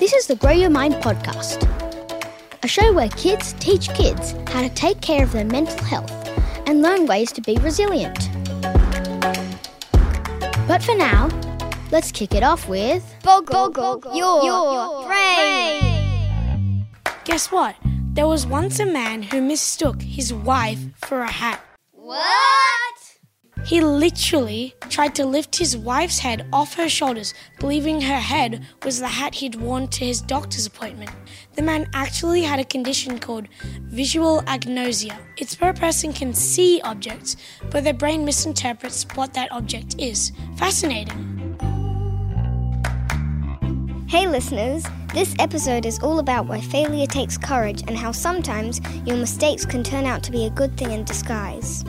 Your Mind podcast, a show where kids teach kids how to take care of their mental health and learn ways to be resilient. But for now, let's kick it off with Boggle, your, brain. Guess what? There was once a man who mistook his wife for a hat. What? He literally tried to lift his wife's head off her shoulders, believing her head was the hat he'd worn to his doctor's appointment. The man actually had a condition called visual agnosia. It's where a person can see objects, but their brain misinterprets what that object is. Fascinating. Hey, listeners. This episode is all about why failure takes courage and how sometimes your mistakes can turn out to be a good thing in disguise.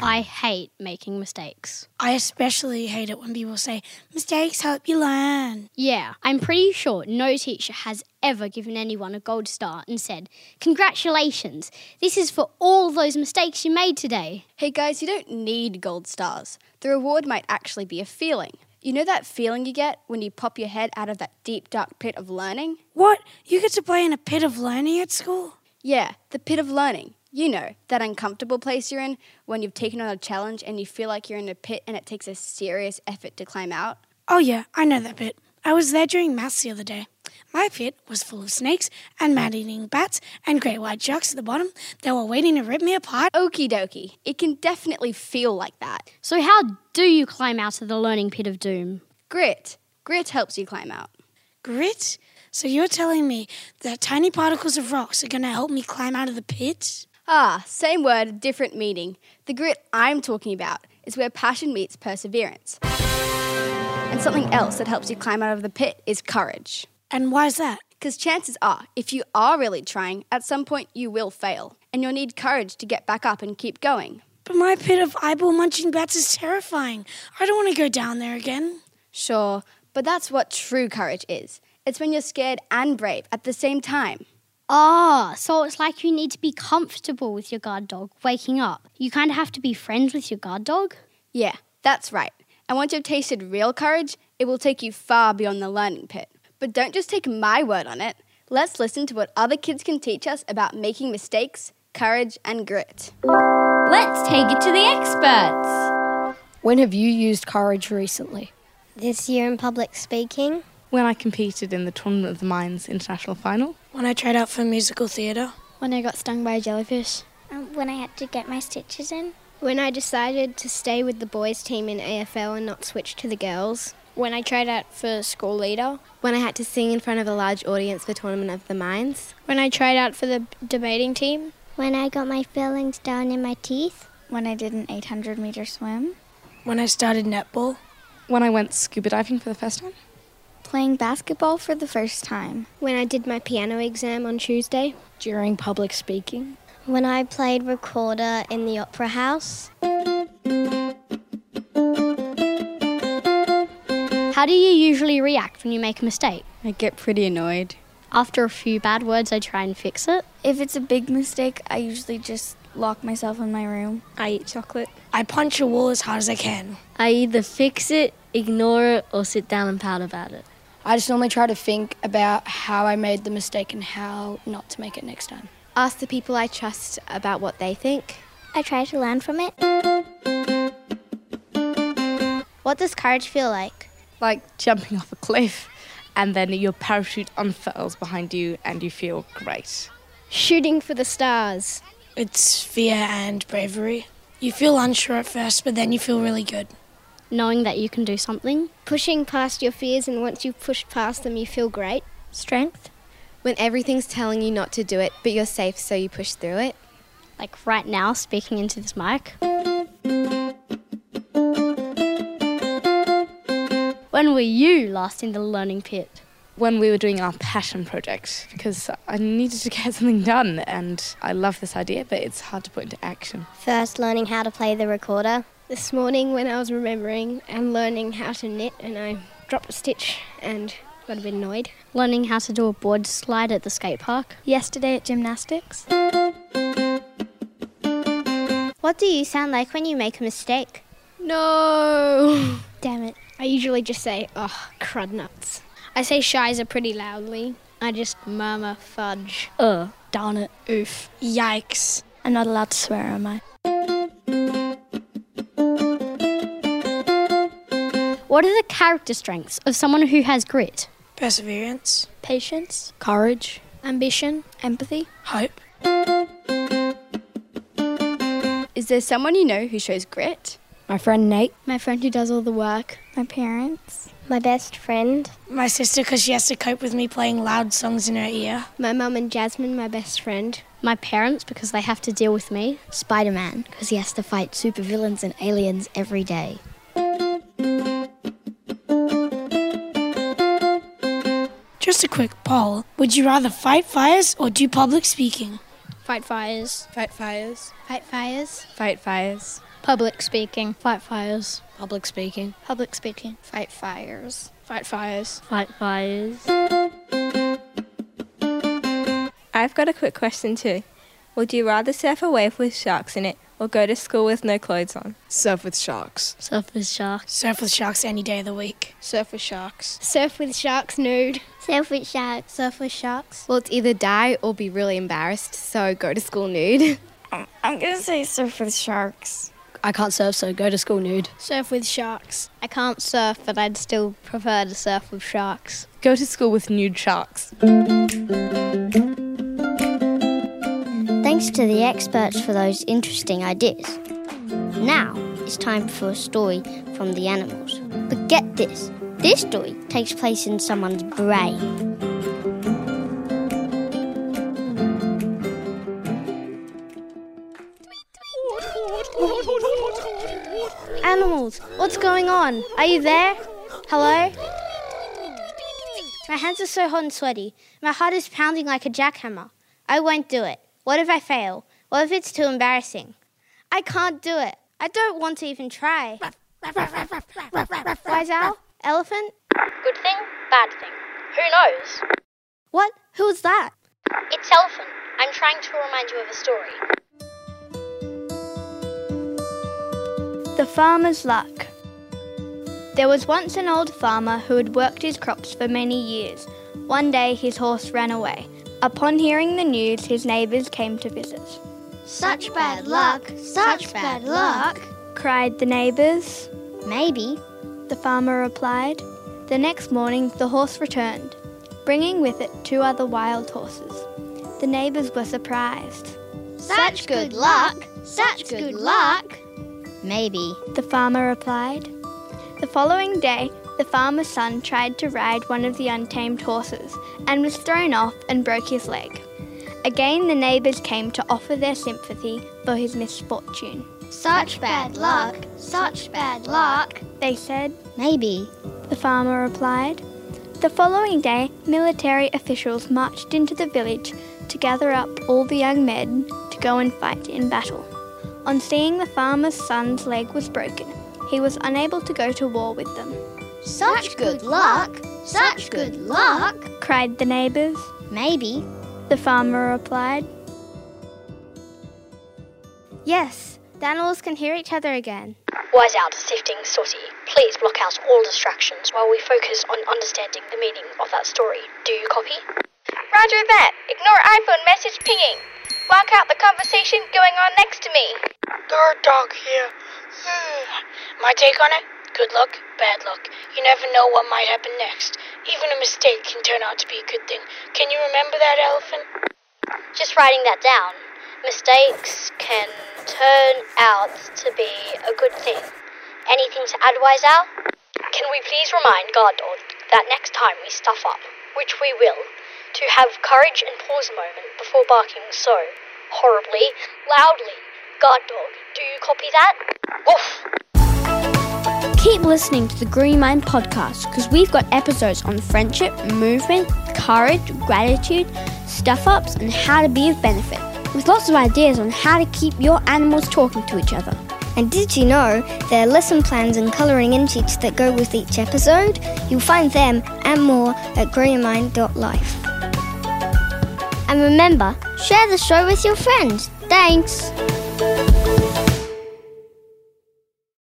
I hate making mistakes. I especially hate it when people say, mistakes help you learn. Yeah, I'm pretty sure no teacher has ever given anyone a gold star and said, Congratulations, this is for all those mistakes you made today. Hey guys, you don't need gold stars. The reward might actually be a feeling. You know that feeling you get when you pop your head out of that deep dark pit of learning? What? You get to play in a pit of learning at school? Yeah, the pit of learning. You know, that uncomfortable place you're in when you've taken on a challenge and you feel like you're in a pit and it takes a serious effort to climb out. Oh, yeah, I know that bit. I was there during maths the other day. My pit was full of snakes and mad eating bats and great white sharks at the bottom that were waiting to rip me apart. Okie dokie, it can definitely feel like that. So, how do you climb out of the learning pit of doom? Grit. Grit helps you climb out. Grit? So you're telling me that tiny particles of rocks are going to help me climb out of the pit? Ah, same word, different meaning. The grit I'm talking about is where passion meets perseverance. And something else that helps you climb out of the pit is courage. And why's that? Because chances are, if you are really trying, at some point you will fail, and you'll need courage to get back up and keep going. But my pit of eyeball munching bats is terrifying. I don't want to go down there again. Sure, but that's what true courage is it's when you're scared and brave at the same time. Ah, so it's like you need to be comfortable with your guard dog waking up. You kind of have to be friends with your guard dog. Yeah, that's right. And once you've tasted real courage, it will take you far beyond the learning pit. But don't just take my word on it. Let's listen to what other kids can teach us about making mistakes, courage, and grit. Let's take it to the experts. When have you used courage recently? This year in public speaking, when I competed in the Tournament of the Minds international final. When I tried out for musical theatre, When I got stung by a jellyfish. um, when I had to get my stitches in. When I decided to stay with the boys' team in AFL and not switch to the girls. When I tried out for school leader. When I had to sing in front of a large audience for Tournament of the Minds. When I tried out for the debating team. When I got my fillings down in my teeth. When I did an 800 meter swim. when I started netball, When I went scuba diving for the first time. Playing basketball for the first time. When I did my piano exam on Tuesday. During public speaking? When I played recorder in the opera house. How do you usually react when you make a mistake? I get pretty annoyed. After a few bad words, I try and fix it. If it's a big mistake, I usually just lock myself in my room. I eat chocolate. I punch a wall as hard as I can. I either fix it, ignore it, or sit down and pout about it. I just normally try to think about how I made the mistake and how not to make it next time. Ask the people I trust about what they think. I try to learn from it. What does courage feel like? Like jumping off a cliff and then your parachute unfurls behind you and you feel great. Shooting for the stars. It's fear and bravery. You feel unsure at first, but then you feel really good. Knowing that you can do something. pushing past your fears, and once you've pushed past them, you feel great. Strength. When everything's telling you not to do it, but you're safe, so you push through it. Like right now, speaking into this mic. When were you last in the learning pit? When we were doing our passion project, because I needed to get something done and I love this idea, but it's hard to put into action. First, learning how to play the recorder. This morning, when I was remembering and learning how to knit, and I dropped a stitch and got a bit annoyed. Learning how to do a board slide at the skate park. Yesterday at gymnastics. What do you sound like when you make a mistake? Damn it. I usually just say, oh, crud nuts. I say shiza pretty loudly. I just murmur fudge. Ugh, darn it. Oof. Yikes. I'm not allowed to swear, am I? What are the character strengths of someone who has grit? Perseverance. Patience. Courage. Ambition. Empathy. Hope. Is there someone you know who shows grit? My friend Nate. My friend who does all the work. My parents. My best friend. My sister, because she has to cope with me playing loud songs in her ear. My mum and Jasmine, my best friend. My parents, because they have to deal with me. Spider Man, because he has to fight supervillains and aliens every day. Just a quick poll. Would you rather fight fires or do public speaking? Fight fires. Fight fires. Fight fires. Fight fires. Public speaking. Fight fires. Public speaking. Public speaking. Fight fires. Fight fires. Fight fires. I've got a quick question too. Would you rather surf a wave with sharks in it or go to school with no clothes on? Surf with sharks. Surf with sharks. Surf with sharks any day of the week. Surf with sharks. Surf with sharks nude. Surf with sharks. Surf with sharks. Well, it's either die or be really embarrassed, so go to school nude. I'm going to say surf with sharks. I can't surf, so go to school nude. Surf with sharks. I can't surf, but I'd still prefer to surf with sharks. Go to school with nude sharks. Thanks to the experts for those interesting ideas. Now it's time for a story from the animals. But get this this story takes place in someone's brain. Animals, what's going on? Are you there? Hello? My hands are so hot and sweaty. My heart is pounding like a jackhammer. I won't do it. What if I fail? What if it's too embarrassing? I can't do it. I don't want to even try. Wise owl? Elephant? Good thing, bad thing. Who knows? What? Who's that? It's Elephant. I'm trying to remind you of a story. The Farmer's Luck There was once an old farmer who had worked his crops for many years. One day his horse ran away. Upon hearing the news, his neighbours came to visit. Such bad luck! Such, such bad luck! cried the neighbours. Maybe, the farmer replied. The next morning, the horse returned, bringing with it two other wild horses. The neighbours were surprised. Such good luck! Such good luck! Maybe, the farmer replied. The following day, the farmer's son tried to ride one of the untamed horses and was thrown off and broke his leg. Again, the neighbours came to offer their sympathy for his misfortune. Such bad luck! Such bad luck! They said. Maybe, the farmer replied. The following day, military officials marched into the village to gather up all the young men to go and fight in battle. On seeing the farmer's son's leg was broken, he was unable to go to war with them. Such good luck! Such good luck! cried the neighbours. Maybe, the farmer replied. Yes, the animals can hear each other again. Wise out, sifting, sortie. Please block out all distractions while we focus on understanding the meaning of that story. Do you copy? Roger that. Ignore iPhone message pinging. Block out the conversation going on next to me. Guard dog here. Hmm. My take on it? Good luck, bad luck. You never know what might happen next. Even a mistake can turn out to be a good thing. Can you remember that, elephant? Just writing that down. Mistakes can turn out to be a good thing. Anything to add, Wise Owl? Can we please remind Guardor that next time we stuff up, which we will, to have courage and pause a moment before barking so horribly, loudly. Guard dog, do you copy that? Woof! Keep listening to the Green Mind podcast because we've got episodes on friendship, movement, courage, gratitude, stuff ups, and how to be of benefit, with lots of ideas on how to keep your animals talking to each other. And did you know there are lesson plans and colouring in sheets that go with each episode? You'll find them and more at greenmind.life. And remember, share the show with your friends. Thanks.